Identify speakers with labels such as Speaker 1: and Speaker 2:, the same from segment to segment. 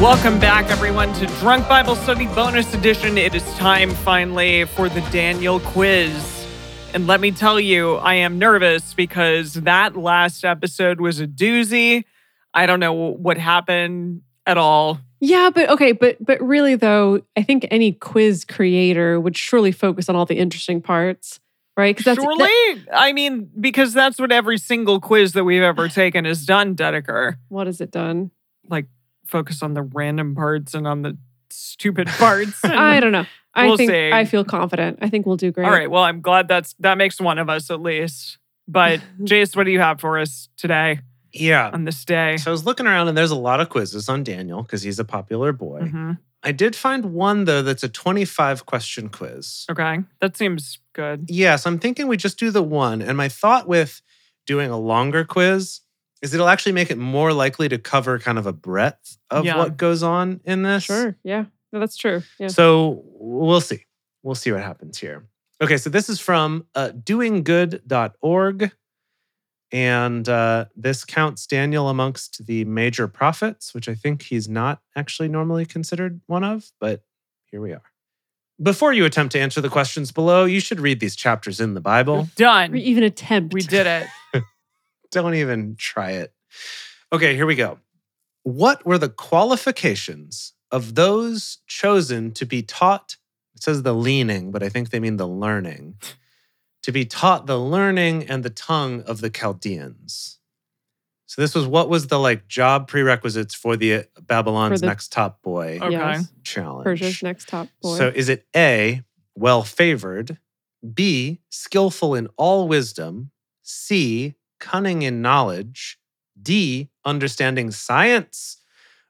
Speaker 1: Welcome back, everyone, to Drunk Bible Study Bonus Edition. It is time finally for the Daniel quiz. And let me tell you, I am nervous because that last episode was a doozy. I don't know what happened at all.
Speaker 2: Yeah, but okay, but but really though, I think any quiz creator would surely focus on all the interesting parts, right? 'Cause
Speaker 1: Surely?
Speaker 2: that-
Speaker 1: I mean, because that's what every single quiz that we've ever taken has done, Dedeker.
Speaker 2: what has it done?
Speaker 1: Like, focus on the random parts and on the stupid parts. and-
Speaker 2: I don't know. I
Speaker 1: We'll
Speaker 2: think
Speaker 1: see.
Speaker 2: I feel confident. I think we'll do great.
Speaker 1: All right. Well, I'm glad that's that makes one of us at least. But Jace, what do you have for us today
Speaker 3: Yeah.
Speaker 1: on this day?
Speaker 3: So I was looking around and there's a lot of quizzes on Daniel because he's a popular boy.
Speaker 1: Mhm.
Speaker 3: I did find one though that's a 25 question quiz.
Speaker 1: Okay, that seems good.
Speaker 3: Yes, I'm thinking we just do the one. And my thought with doing a longer quiz is it'll actually make it more likely to cover kind of a breadth of
Speaker 1: Yeah.
Speaker 3: what goes on in this.
Speaker 2: Sure. Yeah. No, that's true. Yeah.
Speaker 3: So we'll see. We'll see what happens here. Okay, so this is from uh, doinggood.org. And uh, this counts Daniel amongst the major prophets, which I think he's not actually normally considered one of, but here we are. Before you attempt to answer the questions below, you should read these chapters in the Bible.
Speaker 2: Or
Speaker 1: Done.
Speaker 2: even attempt.
Speaker 1: We did it.
Speaker 3: Don't even try it. Okay, here we go. What were the qualifications of those chosen to be taught? It says the leaning, but I think they mean the learning. To be taught the learning and the tongue of the Chaldeans. So this was what was the like job prerequisites for the uh, Babylon's
Speaker 2: the- Oh,
Speaker 3: next top boy
Speaker 1: Okay.
Speaker 2: Yes.
Speaker 3: challenge.
Speaker 2: Persia's next top boy.
Speaker 3: So is it A, well favored, B, skillful in all wisdom, C, cunning in knowledge, D, understanding science,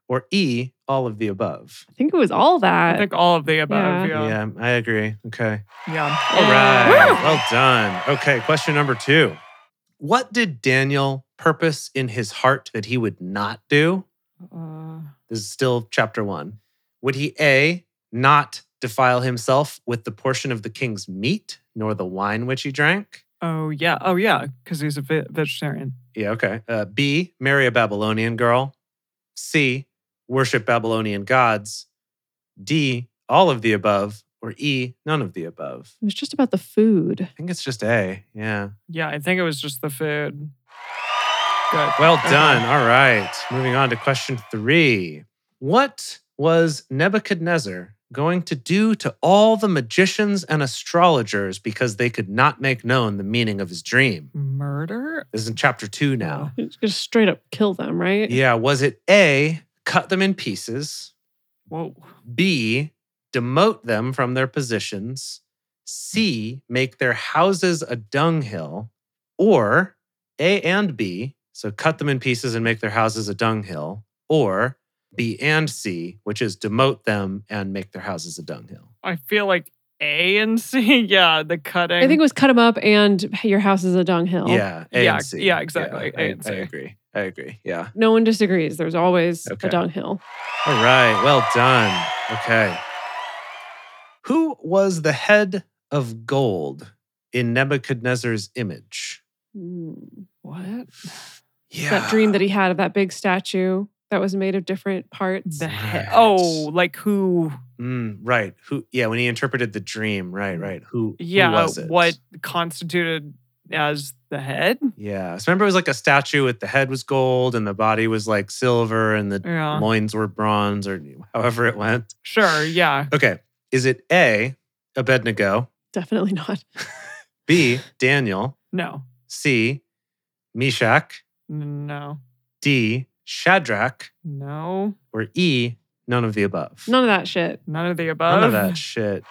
Speaker 3: or E, all of the above?
Speaker 2: I think it was all
Speaker 1: I
Speaker 2: that.
Speaker 1: think all of the above.
Speaker 3: Yeah,
Speaker 1: Yeah.
Speaker 3: I agree. Okay.
Speaker 1: Yeah.
Speaker 3: All
Speaker 2: Yeah.
Speaker 3: right.
Speaker 1: Woo!
Speaker 3: Well done. Okay, question number 2. What did Daniel purpose in his heart that he would not do?
Speaker 1: Uh,
Speaker 3: This is still chapter one. Would he A, not defile himself with the portion of the king's meat, nor the wine which he drank?
Speaker 1: oh yeah. Oh yeah. Because he's a ve- vegetarian.
Speaker 3: Yeah, okay. Uh, B, marry a Babylonian girl. C, worship Babylonian gods. D, all of the above. Or E, none of the above.
Speaker 2: it was just about the food.
Speaker 3: I think it's just A. Yeah.
Speaker 1: Yeah. I think it was just the food. Good.
Speaker 3: Well
Speaker 1: Okay.
Speaker 3: done. All right. Moving on to question three. What was Nebuchadnezzar going to do to all the magicians and astrologers because they could not make known the meaning of his dream?
Speaker 1: Murder.
Speaker 3: This is in chapter two now.
Speaker 2: It's just straight up kill them, right?
Speaker 3: Yeah. Was it A, cut them in pieces,
Speaker 1: Whoa.
Speaker 3: B, demote them from their positions, C, make their houses a dunghill, or A and B, so cut them in pieces and make their houses a dunghill, or B and C, which is demote them and make their houses a dunghill.
Speaker 1: I feel like A and C. Yeah. The cutting.
Speaker 2: I think it was cut them up and your house is a dunghill.
Speaker 3: Yeah, A
Speaker 1: Oh, Yeah,
Speaker 3: and C.
Speaker 1: yeah, exactly,
Speaker 3: I-
Speaker 1: A and
Speaker 3: I
Speaker 1: C.
Speaker 3: agree. I agree. Yeah.
Speaker 2: No one disagrees. There's always
Speaker 3: Okay.
Speaker 2: a dunghill.
Speaker 3: All right. Well done. Okay. Who was the head of gold in Nebuchadnezzar's image?
Speaker 2: Mm.
Speaker 1: what?
Speaker 3: Yeah.
Speaker 2: That dream that he had of that big statue that was made of different parts.
Speaker 1: The he-
Speaker 3: Right.
Speaker 1: oh, like who?
Speaker 3: Mm, right. Who? Yeah. When he interpreted the dream. Right. Right. Who? who
Speaker 1: Yeah,
Speaker 3: was it?
Speaker 1: what constituted as the head?
Speaker 3: Yeah. So remember, it was like a statue with the head was gold and the body was like silver and the
Speaker 1: Yeah,
Speaker 3: loins were bronze or however it went.
Speaker 1: sure. Yeah,
Speaker 3: Okay. Is it A. Abednego?
Speaker 2: Definitely not.
Speaker 3: B. Daniel?
Speaker 1: no,
Speaker 3: C. Meshach?
Speaker 1: N- no,
Speaker 3: D. Shadrach?
Speaker 1: no,
Speaker 3: Or E. None of the above.
Speaker 2: None of that shit.
Speaker 1: none of the above.
Speaker 3: None of that shit.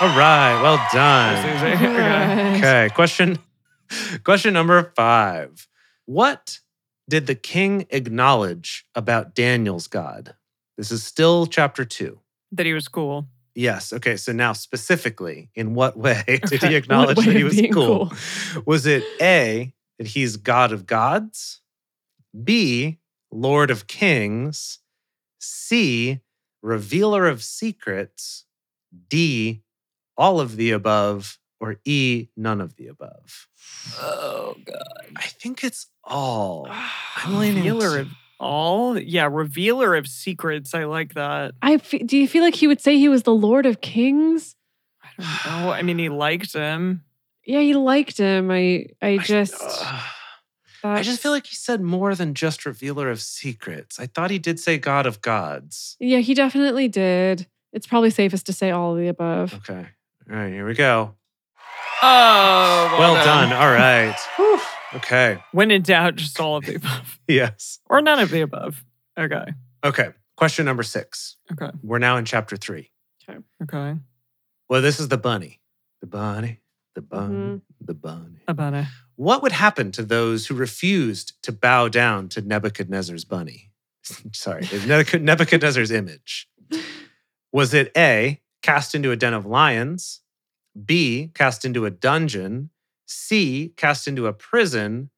Speaker 3: All right. Well
Speaker 1: Yes,
Speaker 3: done.
Speaker 1: yes, yes. Okay.
Speaker 3: Okay, question question number 5. What did the king acknowledge about Daniel's God? This is still chapter 2.
Speaker 1: That he was cool.
Speaker 3: Yes. Okay. So now, specifically, in what way did
Speaker 1: Okay,
Speaker 3: he acknowledge
Speaker 2: way
Speaker 3: that he
Speaker 2: of
Speaker 3: was
Speaker 2: being
Speaker 3: cool?
Speaker 2: cool?
Speaker 3: Was it A, that he's God of gods? B, Lord of kings? C, revealer of secrets? D, all of the above? Or E, none of the above?
Speaker 1: Oh god. Ah,
Speaker 3: I think it's all. I'm leaning
Speaker 1: Revealer
Speaker 3: to-
Speaker 1: of All yeah, revealer of secrets. I like that.
Speaker 2: I f- do you feel like he would say he was the Lord of Kings?
Speaker 1: I don't know. I mean, he liked him.
Speaker 2: Yeah, he liked him. I I just
Speaker 3: Ugh.
Speaker 2: thought-
Speaker 3: uh, I just feel like he said more than just revealer of secrets. I thought he did say God of gods.
Speaker 2: yeah, he definitely did. It's probably safest to say all of the above.
Speaker 3: Okay. All right, here we go.
Speaker 1: Oh,
Speaker 3: Well done. All right. Whew. Okay.
Speaker 1: When in doubt, just all of the above
Speaker 3: Yes.
Speaker 1: or none of the above. Okay.
Speaker 3: Okay. Question number six.
Speaker 1: Okay.
Speaker 3: We're now in chapter three.
Speaker 1: Okay.
Speaker 3: Well, this is the bunny. The bunny, the bunny,
Speaker 2: Mhm.
Speaker 3: the bunny.
Speaker 1: About it.
Speaker 3: What would happen to those who refused to bow down to Nebuchadnezzar's bunny? Sorry, Nebuchad- Nebuchadnezzar's image. Was it A, cast into a den of lions, B, cast into a dungeon, C, cast into a prison,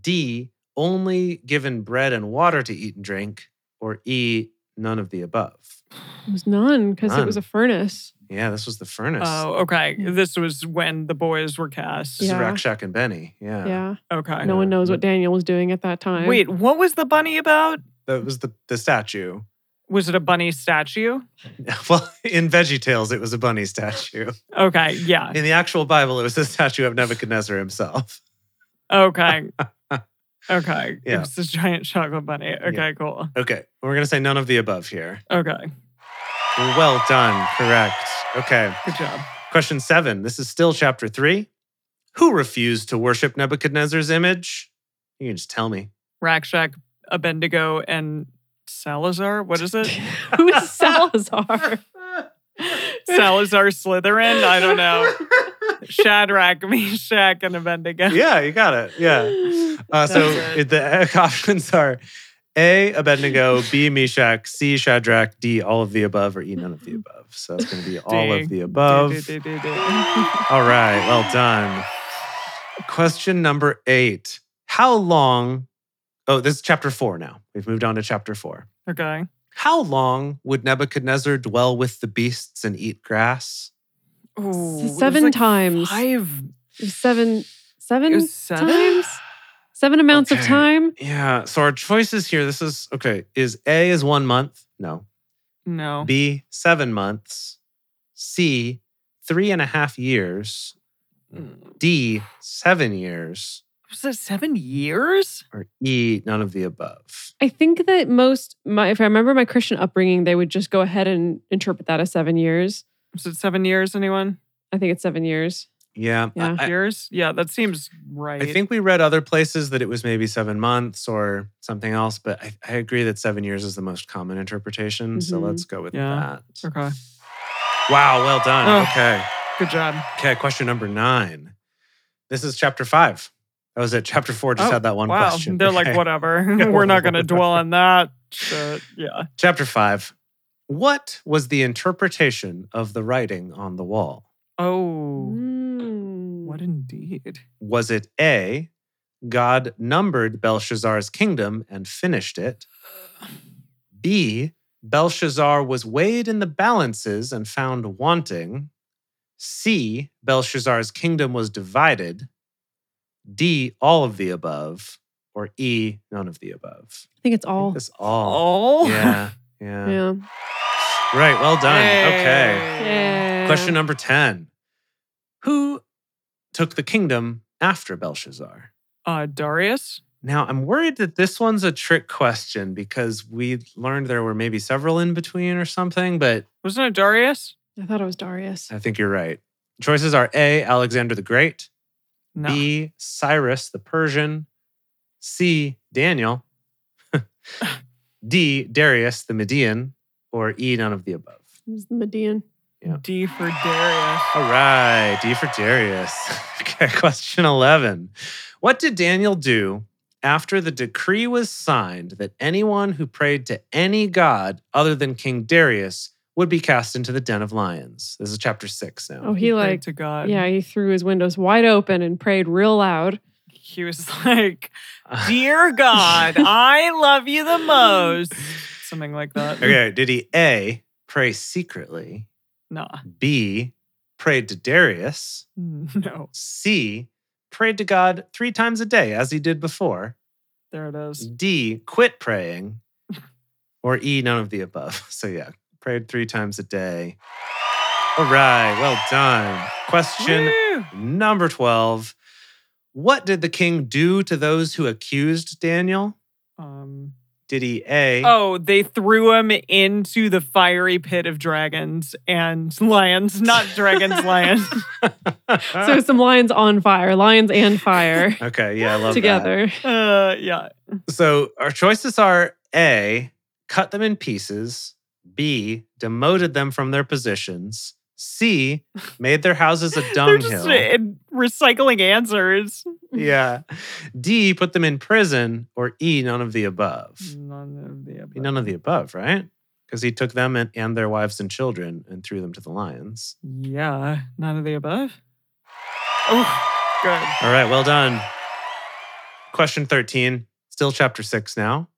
Speaker 3: D, only given bread and water to eat and drink, or E, none of the above?
Speaker 2: It was none because it was a
Speaker 3: None.
Speaker 2: furnace.
Speaker 3: Yeah, this was the furnace.
Speaker 1: Oh, okay. This was when the boys were cast.
Speaker 3: This
Speaker 2: Yeah.
Speaker 3: is Rakshak and Benny. Yeah.
Speaker 2: Yeah.
Speaker 1: Okay.
Speaker 2: No one knows what Daniel was doing at that time.
Speaker 1: Wait, what was the bunny about?
Speaker 3: That was the, the statue.
Speaker 1: Was it a bunny statue?
Speaker 3: Well, in Veggie Tales, it was a bunny statue.
Speaker 1: Okay. Yeah.
Speaker 3: In the actual Bible, it was the statue of Nebuchadnezzar himself.
Speaker 1: Okay. okay.
Speaker 3: Yeah.
Speaker 1: It's this giant chocolate bunny. Okay, cool.
Speaker 3: Okay, we're going to say none of the above here.
Speaker 1: Okay.
Speaker 3: Well done. Correct. Okay.
Speaker 1: Good job.
Speaker 3: Question seven. This is still chapter three. Who refused to worship Nebuchadnezzar's image? You can just tell me.
Speaker 1: Rakshak, Abendigo, and Salazar. What is it?
Speaker 2: Who is Salazar?
Speaker 1: Salazar Slytherin? I don't know. Shadrach, Meshach, and Abendigo.
Speaker 3: yeah, you got it. Yeah. Uh, so
Speaker 1: That's
Speaker 3: it, the options are A, Abednego, B, Meshach, C, Shadrach, D, all of the above, or E, none of the above. So it's going to be all
Speaker 1: D.
Speaker 3: of the above.
Speaker 1: Do, do, do, do, do.
Speaker 3: All right, well done. Question number eight How long? Oh, this is chapter four now. We've moved on to chapter four.
Speaker 1: Okay.
Speaker 3: How long would Nebuchadnezzar dwell with the beasts and eat grass?
Speaker 1: Ooh, it was
Speaker 2: seven
Speaker 1: like
Speaker 2: times.
Speaker 1: Five.
Speaker 2: seven, seven
Speaker 1: It was seven?
Speaker 2: times, seven amounts of
Speaker 3: Okay.
Speaker 2: time.
Speaker 3: Yeah, so our choices here this is okay. Is A is one month? No.
Speaker 1: No.
Speaker 3: B, seven months. C, three and a half years. Hmm. D, seven years.
Speaker 1: Was that seven years?
Speaker 3: Or E, none of the above.
Speaker 2: I think that most, my, if I remember my Christian upbringing, they would just go ahead and interpret that as seven years.
Speaker 1: Was it seven years, anyone?
Speaker 2: I think it's seven years.
Speaker 3: Yeah. I-
Speaker 2: Yeah.
Speaker 3: I,
Speaker 1: years? Yeah, that seems right.
Speaker 3: I think we read other places that it was maybe seven months or something else, but I, I agree that seven years is the most common interpretation. So
Speaker 2: Mhm.
Speaker 3: let's go with
Speaker 1: Mm-hmm. Yeah.
Speaker 3: that.
Speaker 1: Okay.
Speaker 3: Wow, well done.
Speaker 1: Ugh.
Speaker 3: Okay.
Speaker 1: Good job.
Speaker 3: Okay, question number nine. This is chapter five. That was it. Chapter four just
Speaker 1: Oh,
Speaker 3: had that one
Speaker 1: wow.
Speaker 3: question.
Speaker 1: They're
Speaker 3: Okay.
Speaker 1: like, whatever. We're not going to dwell on that. shit. yeah.
Speaker 3: Chapter 5. What was the interpretation of the writing on the wall?
Speaker 1: Oh,
Speaker 2: Mm.
Speaker 1: what indeed?
Speaker 3: Was it A, God numbered Belshazzar's kingdom and finished it? B, Belshazzar was weighed in the balances and found wanting? C, Belshazzar's kingdom was divided? D, all of the above? Or E, none of the above?
Speaker 2: I think it's
Speaker 3: I think
Speaker 2: all.
Speaker 3: This all.
Speaker 1: Oh.
Speaker 3: Yeah, yeah.
Speaker 2: Yeah.
Speaker 3: Right, well done. Okay.
Speaker 2: yeah.
Speaker 3: Question number 10. Who took the kingdom after Belshazzar?
Speaker 1: Uh, Darius?
Speaker 3: Now, I'm worried that this one's a trick question because we learned there were maybe several in between or something, but
Speaker 1: Wasn't it Darius?
Speaker 2: I thought it was Darius.
Speaker 3: I think you're right. Choices are A, Alexander the Great,
Speaker 1: No.
Speaker 3: B, Cyrus the Persian, C, Daniel, D, Darius the Median, or E, none of the above.
Speaker 2: It was the Median.
Speaker 1: D for Darius.
Speaker 3: All right, D for Darius. okay, question 11. What did Daniel do after the decree was signed that anyone who prayed to any god other than King Darius would be cast into the den of lions? This is chapter six now.
Speaker 2: Oh, he
Speaker 1: prayed
Speaker 2: like,
Speaker 1: to God.
Speaker 2: yeah, he threw his windows wide open and prayed real loud.
Speaker 1: He was like, Dear God, I love you the most. Something like that.
Speaker 3: okay, did he A, pray secretly,
Speaker 1: Nah.
Speaker 3: B, prayed to Darius,
Speaker 1: No.
Speaker 3: C, prayed to God three times a day as he did before,
Speaker 1: There it is.
Speaker 3: D, quit praying. Or E, none of the above. So yeah, prayed three times a day. All right, well done. Question
Speaker 1: Woo!
Speaker 3: number 12. What did the king do to those who accused Daniel?
Speaker 1: Um,
Speaker 3: Did he A,
Speaker 1: oh, they threw him into the fiery pit of dragons and lions, not dragons, lions.
Speaker 3: Uh.
Speaker 2: So some lions on fire, lions and fire
Speaker 3: okay, yeah, I love that.
Speaker 2: together.
Speaker 1: Uh, yeah.
Speaker 3: So our choices are A, cut them in pieces, B, demoted them from their positions, C, made their houses a
Speaker 1: They're just
Speaker 3: dunghill.
Speaker 1: uh, recycling answers.
Speaker 3: yeah. D, put them in prison, or E, none of the above. E,
Speaker 1: None of the above.
Speaker 3: None of the above, right? Because he took them and, and their wives and children and threw them to the lions.
Speaker 1: Yeah, none of the above. Oh, good.
Speaker 3: All right, well done. Question 13, still chapter six now.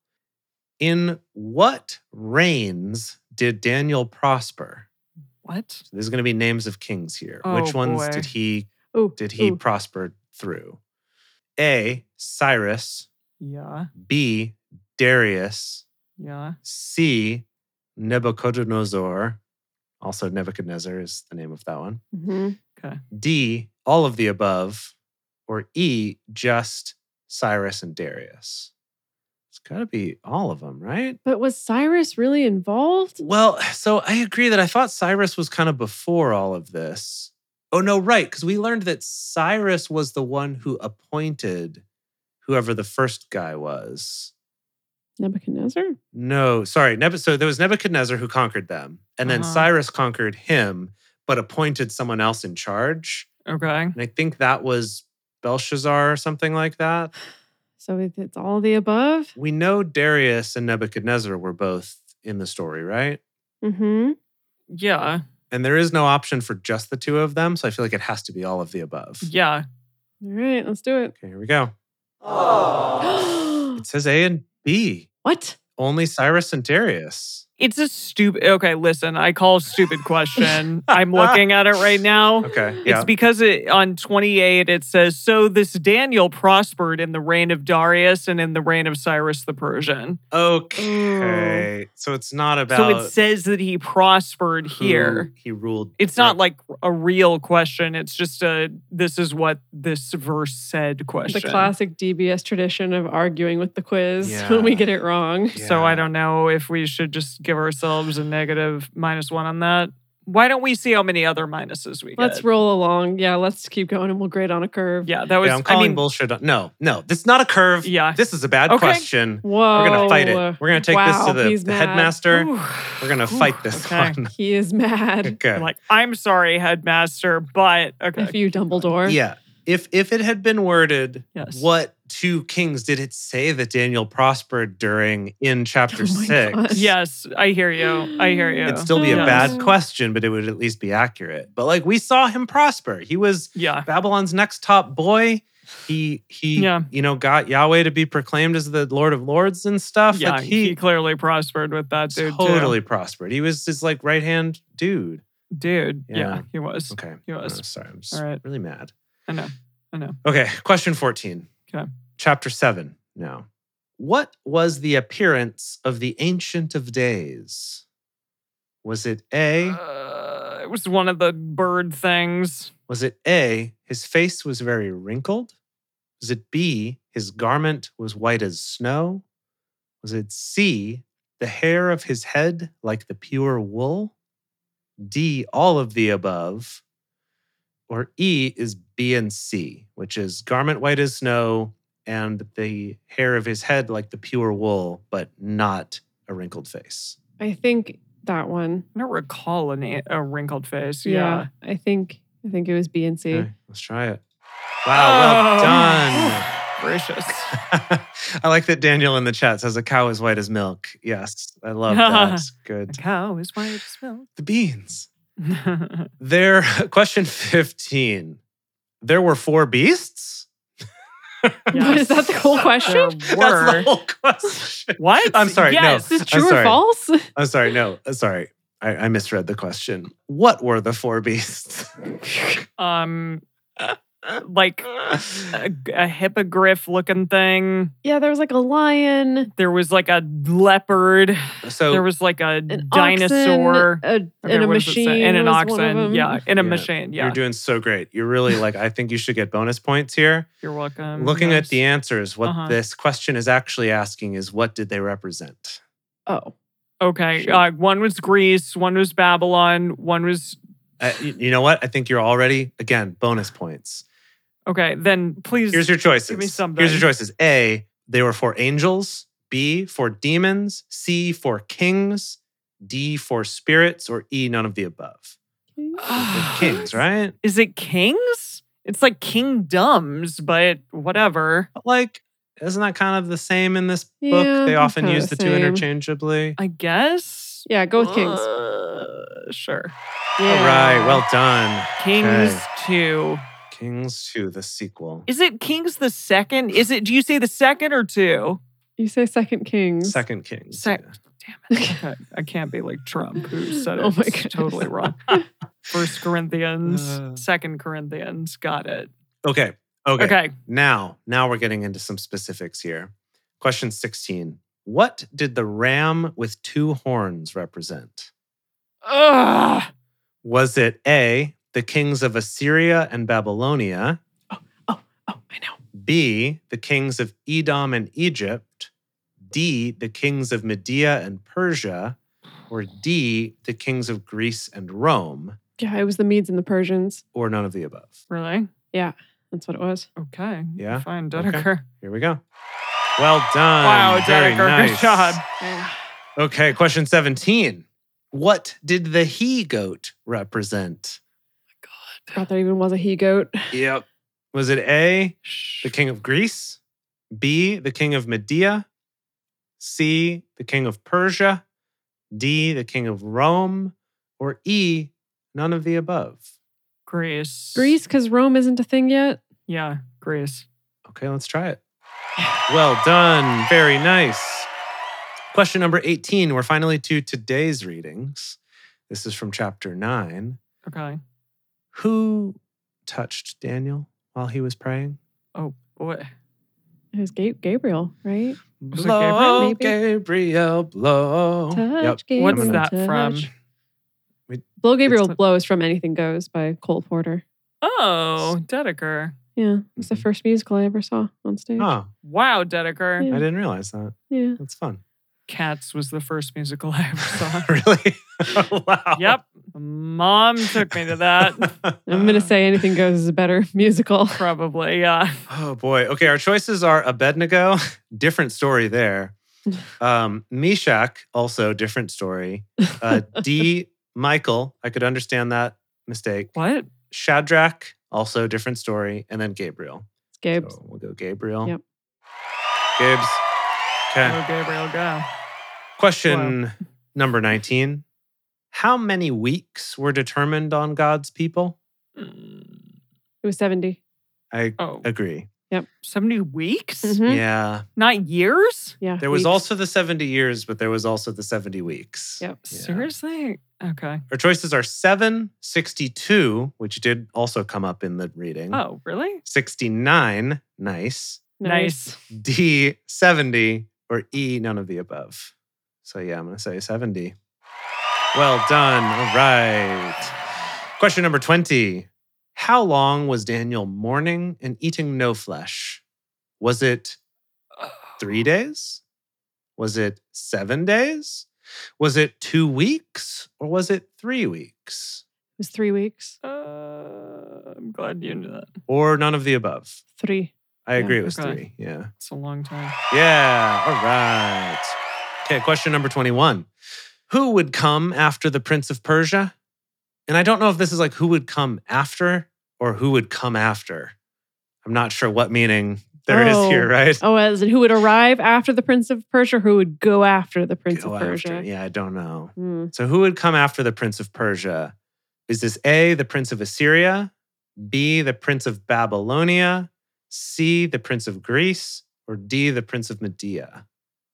Speaker 3: In what reigns did Daniel prosper?
Speaker 1: What?
Speaker 3: So there's going to be names of kings here.
Speaker 1: Oh,
Speaker 3: Which ones
Speaker 1: boy.
Speaker 3: did he
Speaker 2: Oh,
Speaker 3: did he
Speaker 2: ooh.
Speaker 3: prosper through? A. Cyrus.
Speaker 1: Yeah,
Speaker 3: B. Darius.
Speaker 1: yeah.
Speaker 3: C. Nebuchadnezzar. Also Nebuchadnezzar is the name of that one.
Speaker 2: Mhm.
Speaker 3: D. All of the above, or E. Just Cyrus and Darius. It's got to be all of them, right?
Speaker 2: But was Cyrus really involved?
Speaker 3: Well, so I agree that I thought Cyrus was kind of before all of this. Oh, no, right. Because we learned that Cyrus was the one who appointed whoever the first guy was.
Speaker 2: Nebuchadnezzar?
Speaker 3: No, sorry. Neb- so there was Nebuchadnezzar who conquered them, and then
Speaker 1: Uh-huh.
Speaker 3: Cyrus conquered him, but appointed someone else in charge.
Speaker 1: Okay.
Speaker 3: And I think that was Belshazzar or something like that.
Speaker 2: So it- it's all the above.
Speaker 3: We know Darius and Nebuchadnezzar were both in the story, right?
Speaker 2: Mm-hmm.
Speaker 1: Yeah,
Speaker 3: And there is no option for just the two of them. So I feel like it has to be all of the above.
Speaker 1: yeah.
Speaker 2: All right, let's do it.
Speaker 3: Okay, here we go. It says A and B.
Speaker 2: what?
Speaker 3: Only Cyrus and Darius.
Speaker 1: It's a stupid. Okay, listen. I call stupid question. I'm looking at it right now.
Speaker 3: Okay.
Speaker 1: It's
Speaker 3: Yeah.
Speaker 1: because it, on 28 it says, "So this Daniel prospered in the reign of Darius and in the reign of Cyrus the Persian."
Speaker 3: okay. So it's not
Speaker 1: Mm. so
Speaker 3: about
Speaker 1: it says that he prospered
Speaker 3: who
Speaker 1: here.
Speaker 3: He ruled.
Speaker 1: It's not
Speaker 3: Right.
Speaker 1: like a real question. It's just a this is what this verse said question.
Speaker 2: The classic DBS tradition of arguing with the quiz
Speaker 3: Yeah.
Speaker 2: when we get it wrong.
Speaker 1: So I
Speaker 3: Yeah.
Speaker 1: don't know if we should just give ourselves a negative minus one on that. Why don't we see how many other minuses we get?
Speaker 2: Let's roll along. Yeah, let's keep going and we'll grade on a curve.
Speaker 1: Yeah, that was.
Speaker 3: Yeah, I'm calling
Speaker 1: I mean,
Speaker 3: bullshit. On, no, no. This is not a curve.
Speaker 1: yeah.
Speaker 3: This is a bad
Speaker 1: Okay.
Speaker 3: question.
Speaker 2: Whoa.
Speaker 3: We're gonna fight it. We're gonna take
Speaker 2: wow,
Speaker 3: this to the,
Speaker 2: he's
Speaker 3: the
Speaker 2: mad.
Speaker 3: headmaster.
Speaker 1: Ooh.
Speaker 3: We're gonna
Speaker 1: Ooh,
Speaker 3: fight this
Speaker 1: okay.
Speaker 3: one.
Speaker 2: He is mad.
Speaker 3: Okay.
Speaker 1: I'm like, I'm sorry, headmaster, but okay.
Speaker 2: If you Dumbledore.
Speaker 3: yeah. If if it had been worded,
Speaker 1: Yes.
Speaker 3: what two kings did it say that Daniel prospered during in chapter
Speaker 2: Oh my
Speaker 3: six?
Speaker 2: God.
Speaker 1: Yes, I hear you. I hear you.
Speaker 3: It'd still be a
Speaker 1: Yes.
Speaker 3: bad question, but it would at least be accurate. But like we saw him prosper. He was
Speaker 1: Yeah.
Speaker 3: Babylon's next top boy. He he
Speaker 1: Yeah.
Speaker 3: you know got Yahweh to be proclaimed as the Lord of Lords and stuff.
Speaker 1: Yeah,
Speaker 3: like
Speaker 1: he,
Speaker 3: he,
Speaker 1: clearly prospered with that dude. too.
Speaker 3: totally prospered. He was his like right hand dude.
Speaker 1: dude. Yeah.
Speaker 3: Yeah.
Speaker 1: he was.
Speaker 3: Okay.
Speaker 1: He
Speaker 3: Oh,
Speaker 1: was.
Speaker 3: sorry, I'm just
Speaker 1: All right.
Speaker 3: really mad.
Speaker 1: I know. I know.
Speaker 3: Okay, question 14.
Speaker 1: Okay.
Speaker 3: Chapter 7 now. What was the appearance of the Ancient of Days? Was it A?
Speaker 1: Uh, it was one of the bird things.
Speaker 3: Was it A, his face was very wrinkled? Was it B, his garment was white as snow? Was it C, the hair of his head like the pure wool? D, all of the above? Or E is B and C, which is garment white as snow and the hair of his head like the pure wool, but not a wrinkled face.
Speaker 2: I think that one.
Speaker 1: I don't recall an, a- a wrinkled face.
Speaker 2: Yeah.
Speaker 1: Yeah.
Speaker 2: I think I think it was B and C.
Speaker 3: Okay, let's try it. Wow, well
Speaker 1: Oh.
Speaker 3: done.
Speaker 1: Gracious.
Speaker 3: I like that Daniel in the chat says a cow is white as milk. Yes, I love that.
Speaker 1: A
Speaker 3: Good.
Speaker 1: cow is white as milk.
Speaker 3: The beans. There, question 15. There were four beasts?
Speaker 2: What, is that the whole
Speaker 1: There
Speaker 2: question?
Speaker 3: That's the
Speaker 1: were.
Speaker 3: whole question.
Speaker 1: What?
Speaker 3: I'm sorry, no.
Speaker 1: Yes.
Speaker 2: Is
Speaker 3: I'm
Speaker 2: this true or
Speaker 3: sorry.
Speaker 2: false?
Speaker 3: I'm sorry. No, I'm sorry. I, I misread the question. What were the four beasts?
Speaker 1: Um, like a, a hippogriff looking thing.
Speaker 2: Yeah, there was like a lion,
Speaker 1: There was like a leopard.
Speaker 3: So
Speaker 1: There was like a
Speaker 2: an
Speaker 1: dinosaur.
Speaker 2: oxen, a,
Speaker 1: Okay,
Speaker 2: and a
Speaker 1: what does it say?
Speaker 2: machine,
Speaker 1: And an
Speaker 2: was one of
Speaker 1: oxen.
Speaker 2: them.
Speaker 1: Yeah. And a
Speaker 3: Yeah.
Speaker 1: machine. Yeah.
Speaker 3: you're doing so great. You're really like, I think you should get bonus points here.
Speaker 1: You're welcome.
Speaker 3: Looking at
Speaker 1: Um, Yes.
Speaker 3: the answers, what
Speaker 1: Uh-huh.
Speaker 3: this question is actually asking is what did they represent?
Speaker 2: Oh,
Speaker 1: Okay.
Speaker 2: Sure.
Speaker 1: Uh, one was Greece, one was Babylon, one was.
Speaker 3: Uh, y- you know what? I think you're already, again, bonus points.
Speaker 1: Okay. Then please.
Speaker 3: Here's your choices.
Speaker 1: me something.
Speaker 3: Here's your choices. A, they were for angels. B, for demons. C, for kings. D, for spirits. Or E, none of the above. Kings, right?
Speaker 1: Is it kings? It's like kingdoms, but whatever.
Speaker 3: But like, isn't that kind of the same in this book?
Speaker 2: Yeah,
Speaker 3: they
Speaker 2: it's
Speaker 3: often
Speaker 2: kinda
Speaker 3: use the
Speaker 2: the
Speaker 3: two
Speaker 2: same.
Speaker 3: interchangeably.
Speaker 1: I guess.
Speaker 2: yeah, go with kings.
Speaker 1: Uh, sure.
Speaker 3: All right, well done.
Speaker 1: Kings
Speaker 3: Okay.
Speaker 1: 2.
Speaker 3: Kings 2, the sequel.
Speaker 1: Is it Kings the second? Is it, do you say the second or two?
Speaker 2: you say second kings.
Speaker 3: Second Kings.
Speaker 1: Sec-
Speaker 3: yeah.
Speaker 1: Damn it. I, I can't be like Trump who said it.
Speaker 2: Oh my
Speaker 1: It's
Speaker 2: goodness.
Speaker 1: totally wrong. First Corinthians,
Speaker 3: Uh.
Speaker 1: second Corinthians. Got it.
Speaker 3: Okay. Okay.
Speaker 1: Okay.
Speaker 3: Now, now we're getting into some specifics here. Question 16. What did the ram with two horns represent?
Speaker 1: Ugh.
Speaker 3: Was it A, the kings of Assyria and Babylonia,
Speaker 2: Oh, I know.
Speaker 3: B, the kings of Edom and Egypt, D, the kings of Media and Persia, or D, the kings of Greece and Rome,
Speaker 2: Yeah, it was the Medes and the Persians.
Speaker 3: or none of the above?
Speaker 1: Really?
Speaker 2: That's what it was.
Speaker 1: Okay.
Speaker 3: Yeah,
Speaker 1: Fine,
Speaker 3: okay.
Speaker 1: Dedeker.
Speaker 3: Here we go. Well done.
Speaker 1: Wow,
Speaker 3: Very
Speaker 1: Dedeker. Good
Speaker 3: nice.
Speaker 1: job.
Speaker 3: Okay, question 17. What did the he goat represent?
Speaker 2: Forgot there even was a he goat.
Speaker 3: Yep. Was it A,
Speaker 1: Shh.
Speaker 3: the king of Greece, B, the king of Media, C, the king of Persia, D, the king of Rome, or E, none of the above?
Speaker 1: Greece.
Speaker 2: Greece, because Rome isn't a thing yet.
Speaker 1: Yeah, Greece.
Speaker 3: Okay, let's try it. Well done. Very nice. Question number 18. We're finally to today's readings. This is from chapter 9.
Speaker 1: Okay.
Speaker 3: Who touched Daniel while he was praying?
Speaker 1: Oh, what?
Speaker 2: It was Ga- Gabriel, right?
Speaker 1: it Gabriel?
Speaker 3: Blow,
Speaker 2: Maybe.
Speaker 3: Gabriel, blow.
Speaker 2: Touch
Speaker 3: Oh, Yep.
Speaker 2: Gabriel.
Speaker 1: What's
Speaker 3: I'm gonna-
Speaker 1: that from?
Speaker 2: touch.
Speaker 3: We-
Speaker 2: Blow Gabriel
Speaker 1: not-
Speaker 2: Blow is from Anything Goes by Cole Porter.
Speaker 1: Oh, Dedeker.
Speaker 2: Yeah. It's the
Speaker 3: Mhm.
Speaker 2: first musical I ever saw on stage.
Speaker 3: Oh,
Speaker 1: Wow, Dedeker.
Speaker 3: I didn't realize that.
Speaker 2: Yeah.
Speaker 3: That's fun.
Speaker 1: Cats was the first musical I ever saw.
Speaker 3: really? wow.
Speaker 1: yep. Mom took me to that.
Speaker 3: Uh,
Speaker 2: I'm going to say Anything Goes is a better musical.
Speaker 1: Probably, yeah.
Speaker 3: Oh boy. Okay, our choices are Abednego, different story there. Um, Meshach, also different story. Uh, D. Michael, I could understand that mistake.
Speaker 1: What?
Speaker 3: Shadrach, also different story, and then Gabriel.
Speaker 2: It's Gabe's.
Speaker 3: So we'll go Gabriel.
Speaker 2: Yep.
Speaker 3: Gibbs. Okay.
Speaker 1: Oh, Gabriel, go.
Speaker 3: Question number 19. How many weeks were determined on God's people?
Speaker 1: Mm,
Speaker 2: It was 70.
Speaker 3: I
Speaker 1: Oh,
Speaker 2: Mm-hmm.
Speaker 1: Mm-hmm.
Speaker 3: agree.
Speaker 1: 70 weeks?
Speaker 2: Mhm.
Speaker 3: Yeah.
Speaker 1: Not years?
Speaker 2: Yeah.
Speaker 3: There was
Speaker 2: weeks.
Speaker 3: also the 70 years, but there was also the 70 weeks.
Speaker 2: Yep.
Speaker 3: Yeah.
Speaker 1: Seriously? Okay.
Speaker 3: Our choices are 7, 62, which did also come up in the reading.
Speaker 1: Oh, really?
Speaker 3: 69, nice.
Speaker 1: Nice.
Speaker 3: D, 70, or E, none of the above. So, yeah, I'm going to say 70. Well done. All right. Question number 20 How long was Daniel mourning and eating no flesh? Was it three days? Was it seven days? Was it two weeks? Or was it three weeks?
Speaker 2: It was three weeks.
Speaker 1: Uh, I'm glad you knew that.
Speaker 3: Or none of the above?
Speaker 2: Three.
Speaker 3: I
Speaker 2: Yeah,
Speaker 3: agree, it was
Speaker 1: okay.
Speaker 3: three. Yeah.
Speaker 1: It's a long time.
Speaker 3: Yeah. All right. Okay. Question number 21. Who would come after the Prince of Persia? And I don't know if this is like who would come after or who would come after. I'm not sure what meaning there is
Speaker 2: Oh.
Speaker 3: here, right?
Speaker 2: Oh, as in who would arrive after the Prince of Persia, who would go after the Prince
Speaker 3: Go
Speaker 2: of
Speaker 3: after.
Speaker 2: Persia?
Speaker 3: Yeah, I don't know.
Speaker 2: Hmm.
Speaker 3: So who would come after the Prince of Persia? Is this A, the Prince of Assyria, B, the Prince of Babylonia, C, the Prince of Greece, or D, the Prince of Media?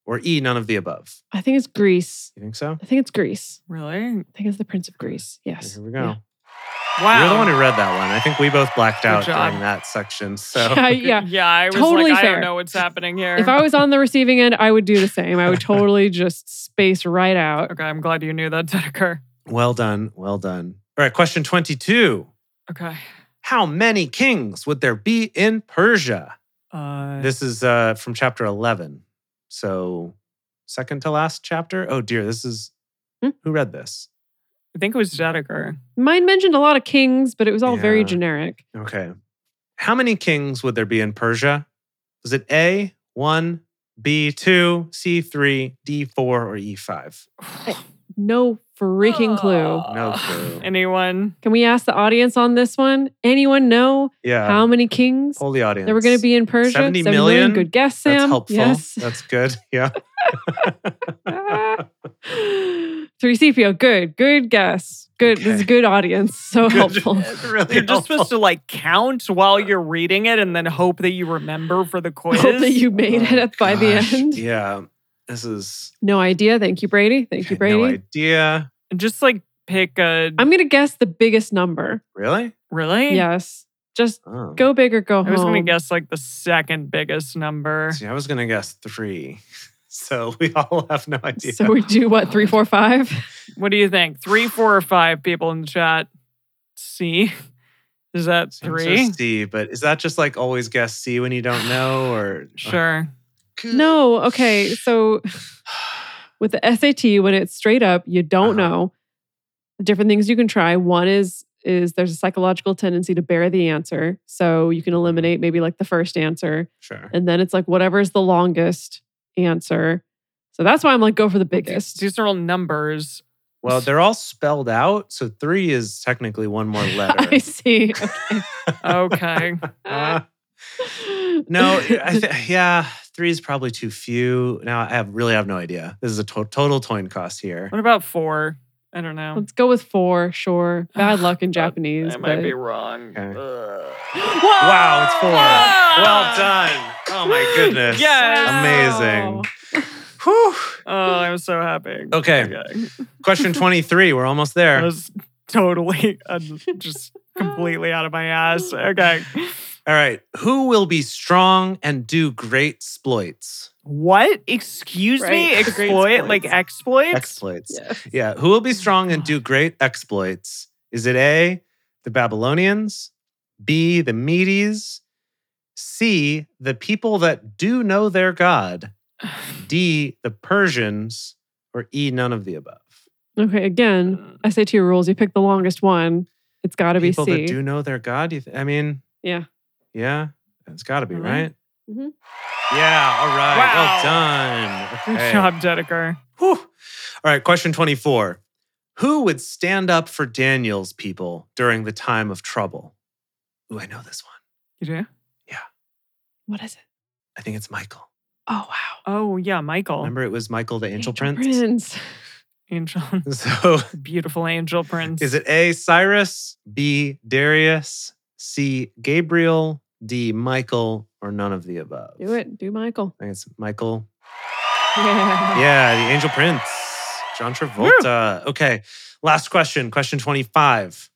Speaker 3: Or E, none of the above?
Speaker 2: I think it's Greece.
Speaker 3: You think so?
Speaker 2: I think it's Greece.
Speaker 1: Really?
Speaker 2: I think it's the Prince of Greece. Yes.
Speaker 3: Here we go.
Speaker 2: Yeah.
Speaker 1: Wow.
Speaker 3: You're the one who read that one. I think we both blacked
Speaker 1: Good
Speaker 3: out
Speaker 1: job.
Speaker 3: during that section. So
Speaker 2: Yeah, yeah.
Speaker 1: Yeah, I was
Speaker 2: Totally
Speaker 1: like, I
Speaker 2: fair.
Speaker 1: don't know what's happening here.
Speaker 2: If I was on the receiving end, I would do the same. I would totally just space right out.
Speaker 1: okay, I'm glad you knew that did occur.
Speaker 3: well done. Well done. All right. Question 22
Speaker 1: Okay.
Speaker 3: How many kings would there be in Persia?
Speaker 1: Uh,
Speaker 3: This is uh, from chapter 11. So, second to last chapter. Oh, dear. This is
Speaker 2: Hmm?
Speaker 3: who read this?
Speaker 1: I think it was Dedeker.
Speaker 2: Mine mentioned a lot of kings, but it was all very
Speaker 3: Yeah.
Speaker 2: generic.
Speaker 3: Okay. How many kings would there be in Persia? Was it A, one, B, two, C, three, D, four, or E, five?
Speaker 2: No freaking clue.
Speaker 3: No clue.
Speaker 1: Anyone?
Speaker 2: Can we ask the audience on this one? Anyone know
Speaker 3: Yeah.
Speaker 2: how many kings
Speaker 3: Poll the Uh, audience.
Speaker 2: there were going to be in Persia?
Speaker 3: 70
Speaker 2: Seven million?
Speaker 3: million?
Speaker 2: Good guess, Sam.
Speaker 3: That's helpful.
Speaker 2: Yes.
Speaker 3: That's good. Yeah.
Speaker 2: 3CPO, good, good guess. Good. This is
Speaker 3: Okay.
Speaker 2: good audience. So helpful.
Speaker 3: really
Speaker 1: You're just
Speaker 3: helpful.
Speaker 1: supposed to like count while you're reading it and then hope that you remember for the quiz.
Speaker 2: Hope that you made it
Speaker 3: Oh,
Speaker 2: up by the
Speaker 3: gosh.
Speaker 2: end.
Speaker 3: Yeah. This is
Speaker 2: No idea. Thank you, Brady. Thank you,
Speaker 3: I had
Speaker 2: Brady.
Speaker 3: no idea.
Speaker 1: Just like pick a.
Speaker 2: I'm going to guess the biggest number.
Speaker 3: Really?
Speaker 1: really?
Speaker 2: Yes. Just
Speaker 3: Oh.
Speaker 2: go big or go home.
Speaker 1: I was going to guess like the second biggest number.
Speaker 3: See, I was gonna guess three. So we all have no idea.
Speaker 2: So we do what, three, four, five?
Speaker 1: What do you think? Three, four, or five people in the chat? C. Is that
Speaker 3: Sam says
Speaker 1: three?
Speaker 3: C, but is that just like always guess C when you don't know or
Speaker 1: Sure.
Speaker 2: No. Okay. So with the SAT, when it's straight up, you don't
Speaker 3: Uh-huh.
Speaker 2: know. Different things you can try. One is is there's a psychological tendency to bear the answer, so you can eliminate maybe like the first answer,
Speaker 3: Sure.
Speaker 2: and then it's like whatever's the longest answer. So that's why I'm like go for the biggest.
Speaker 1: These are all numbers.
Speaker 3: Well, they're all spelled out, so three is technically one more
Speaker 2: I
Speaker 3: letter.
Speaker 2: see.
Speaker 1: Okay.
Speaker 3: Uh, no, I th- yeah, three is probably too few. Now I have really have no idea. This is a to- total coin cost here.
Speaker 1: what about four? I don't know.
Speaker 2: Let's go with four. Sure. Bad luck in
Speaker 1: That- that
Speaker 2: Japanese.
Speaker 1: I might
Speaker 2: but-
Speaker 1: be wrong.
Speaker 3: Okay.
Speaker 1: Ugh.
Speaker 3: Oh, Wow, it's four.
Speaker 1: Ah!
Speaker 3: Well done. Oh my goodness.
Speaker 1: Yes.
Speaker 3: Amazing. Whew.
Speaker 1: Oh, I'm so happy.
Speaker 3: Okay. Question 23. We're almost
Speaker 1: That
Speaker 3: there.
Speaker 1: was totally uh, just completely out of my ass. Okay.
Speaker 3: All right. Who will be strong and do great exploits?
Speaker 1: What? Excuse me?
Speaker 2: Right. The great
Speaker 1: Exploit? Like exploits?
Speaker 3: Exploits.
Speaker 2: Yes.
Speaker 3: Yeah. Who will be strong and do great exploits? Is it A, the Babylonians? B, the Medes? C, the people that do know their God? D, the Persians? Or E, none of the above?
Speaker 2: Okay. Again,
Speaker 1: Mm.
Speaker 2: SAT rules. You pick the longest one. It's got to be
Speaker 3: people
Speaker 2: C.
Speaker 3: that do know their God? You th- I mean,
Speaker 2: Yeah.
Speaker 3: Yeah. It's got to be,
Speaker 1: Mhm.
Speaker 3: right?
Speaker 2: Mhm.
Speaker 3: Yeah. All right.
Speaker 1: Wow.
Speaker 3: Well done.
Speaker 1: Good
Speaker 3: Okay.
Speaker 1: job, Dedeker.
Speaker 3: Whew. All right, question 24. Who would stand up for Daniel's people during the time of trouble? Ooh, I know this one.
Speaker 1: You do?
Speaker 2: What is it?
Speaker 3: I think it's Michael.
Speaker 2: Oh wow.
Speaker 1: Oh, yeah, Michael.
Speaker 3: Remember, it was Michael the Angel, Prince?
Speaker 1: Angel.
Speaker 3: So
Speaker 1: Beautiful angel prince.
Speaker 3: is it A, Cyrus, B, Darius, C, Gabriel, D, Michael, or none of the above?
Speaker 2: Do it. Do Michael.
Speaker 3: I think it's Michael.
Speaker 2: Yeah.
Speaker 3: Yeah, the Angel Prince, John Travolta. Okay, last question, question 25.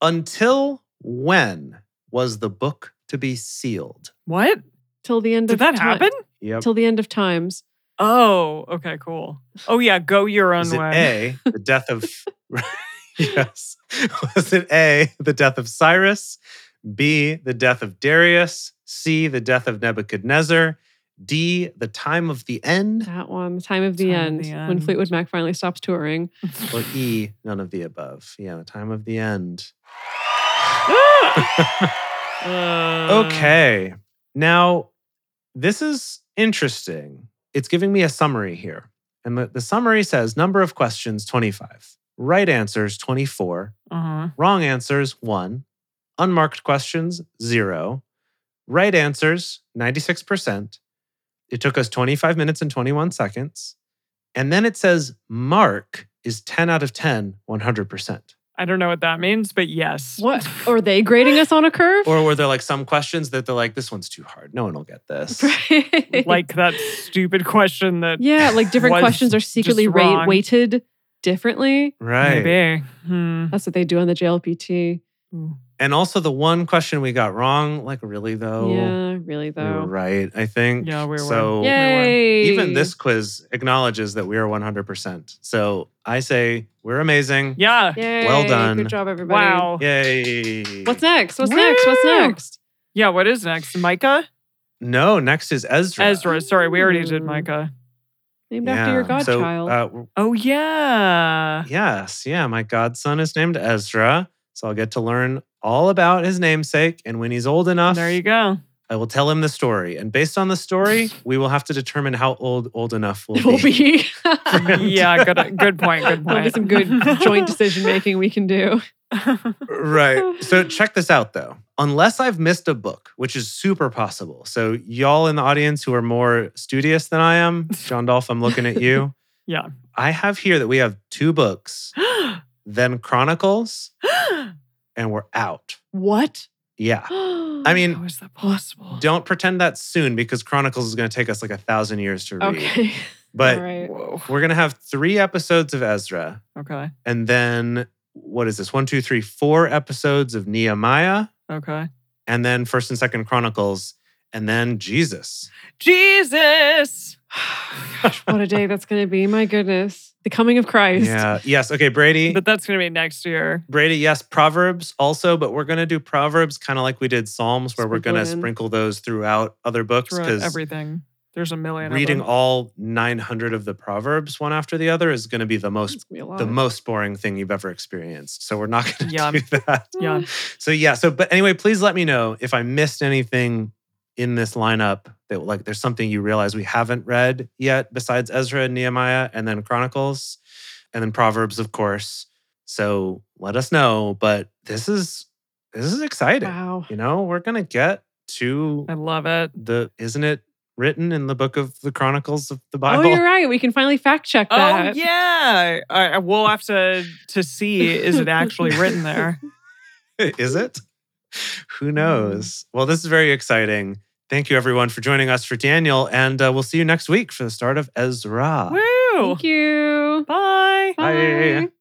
Speaker 3: Until when was the book to be sealed?
Speaker 1: what?
Speaker 2: Till the end
Speaker 1: Did
Speaker 2: of
Speaker 1: that
Speaker 2: time.
Speaker 1: happen?
Speaker 3: Yep.
Speaker 2: Till the end of times.
Speaker 1: Oh, okay, cool. Oh, yeah, go your own
Speaker 3: Is it
Speaker 1: way.
Speaker 3: A, the death of. yes. Was it A, the death of Cyrus? B, the death of Darius? C, the death of Nebuchadnezzar? D, the time of the end?
Speaker 2: That one. The time of the,
Speaker 1: Time
Speaker 2: end,
Speaker 1: of the
Speaker 2: When
Speaker 1: end.
Speaker 2: Fleetwood Mac finally stops touring.
Speaker 3: Or E, none of the above? Yeah, the time of the end.
Speaker 1: Uh,
Speaker 3: Okay. Now, this is interesting. It's giving me a summary here. And the, the summary says number of questions 25, right answers 24,
Speaker 1: Uh-huh.
Speaker 3: wrong answers 1, unmarked questions 0, right answers 96%. It took us 25 minutes and 21 seconds. And then it says mark is 10 out of 10, 100%.
Speaker 1: I don't know what that means, but yes.
Speaker 2: What? Are they grading us on a curve?
Speaker 3: Or were there like some questions that they're like, this one's too hard. No one will get this.
Speaker 2: Right.
Speaker 1: like that stupid question that
Speaker 2: Yeah, like different
Speaker 1: was
Speaker 2: questions are secretly
Speaker 1: just
Speaker 2: rate
Speaker 1: wrong.
Speaker 2: weighted differently.
Speaker 3: Right.
Speaker 1: maybe. Hmm.
Speaker 2: That's what they do on the JLPT.
Speaker 1: Ooh.
Speaker 3: And also the one question we got wrong, like really though.
Speaker 2: yeah, really
Speaker 3: We Oh, were
Speaker 2: though.
Speaker 3: right, I think.
Speaker 1: Yeah, we were.
Speaker 3: So
Speaker 2: Yay!
Speaker 3: even this quiz acknowledges that we are 100%. So I say we're amazing.
Speaker 1: Yeah.
Speaker 2: Yay.
Speaker 3: Well done.
Speaker 2: Good job, everybody.
Speaker 1: Wow. Yeah.
Speaker 3: Yay.
Speaker 2: What's next? What's next? What's
Speaker 1: Woo!
Speaker 2: next?
Speaker 1: What is next? Micah?
Speaker 3: No, next is Ezra.
Speaker 1: Ezra. Sorry, we already did
Speaker 2: Ooh.
Speaker 1: Micah.
Speaker 2: Named
Speaker 3: Yeah.
Speaker 2: after your
Speaker 3: So,
Speaker 2: godchild.
Speaker 3: uh, w-
Speaker 1: Oh, yeah.
Speaker 3: yes. Yeah. My godson is named Ezra. So I'll get to learn all about his namesake. And when he's old enough,
Speaker 1: There you go.
Speaker 3: I will tell him the story. And based on the story, we will have to determine how old old enough will
Speaker 2: It'll be.
Speaker 1: yeah, good good point. Good
Speaker 2: There'll be
Speaker 1: point.
Speaker 2: some good joint decision making we can do.
Speaker 3: Right. So check this out though. Unless I've missed a book, which is super possible. So y'all in the audience who are more studious than I am, John Dolph, I'm looking at you.
Speaker 1: Yeah.
Speaker 3: I have here that we have two books, then Chronicles, and we're out.
Speaker 2: What?
Speaker 3: Yeah.
Speaker 2: I
Speaker 3: I mean,
Speaker 1: How is that possible?
Speaker 3: Don't pretend that's soon because Chronicles is going to take us like a thousand years to read.
Speaker 2: okay.
Speaker 3: But
Speaker 2: All right.
Speaker 1: Whoa.
Speaker 3: we're going to have three episodes of Ezra,
Speaker 1: Okay.
Speaker 3: and then what is this? One, two, three, four episodes of Nehemiah.
Speaker 1: Okay.
Speaker 3: and then first and second chronicles and then jesus
Speaker 1: Jesus.
Speaker 2: What a day that's going to be. My goodness. The coming of Christ.
Speaker 3: yeah yes okay brady
Speaker 1: But that's gonna be next year.
Speaker 3: brady yes proverbs also but we're gonna do proverbs kind of like we did psalms where we're
Speaker 2: Sprinkle
Speaker 3: gonna
Speaker 2: it in.
Speaker 3: sprinkle those throughout other books
Speaker 1: Throughout
Speaker 3: because
Speaker 1: everything. There's a million.
Speaker 3: reading
Speaker 1: Of them.
Speaker 3: all 900 of the proverbs one after the other is gonna be the most
Speaker 2: It's gonna be a lot.
Speaker 3: the most boring thing you've ever experienced so we're not gonna
Speaker 1: Yeah.
Speaker 3: do that
Speaker 1: Yeah.
Speaker 3: so yeah so but anyway please let me know if i missed anything in this lineup that like there's something you realize we haven't read yet besides ezra and nehemiah and then chronicles and then proverbs of course so let us know but this is this is exciting
Speaker 2: Wow. Oh,
Speaker 3: you know we're gonna get to
Speaker 1: I love it.
Speaker 3: the isn't it written in the book of the chronicles of the
Speaker 2: Oh,
Speaker 3: bible
Speaker 2: you're right. We can finally fact check
Speaker 1: Oh
Speaker 2: that.
Speaker 1: yeah. I, I- we'll have to to see is it actually written there.
Speaker 3: is it? Who knows? Well, this is very exciting. Thank you, everyone, for joining us for Daniel, and uh, we'll see you next week for the start of Ezra.
Speaker 1: Woo.
Speaker 2: Thank you.
Speaker 1: Bye.
Speaker 3: Bye.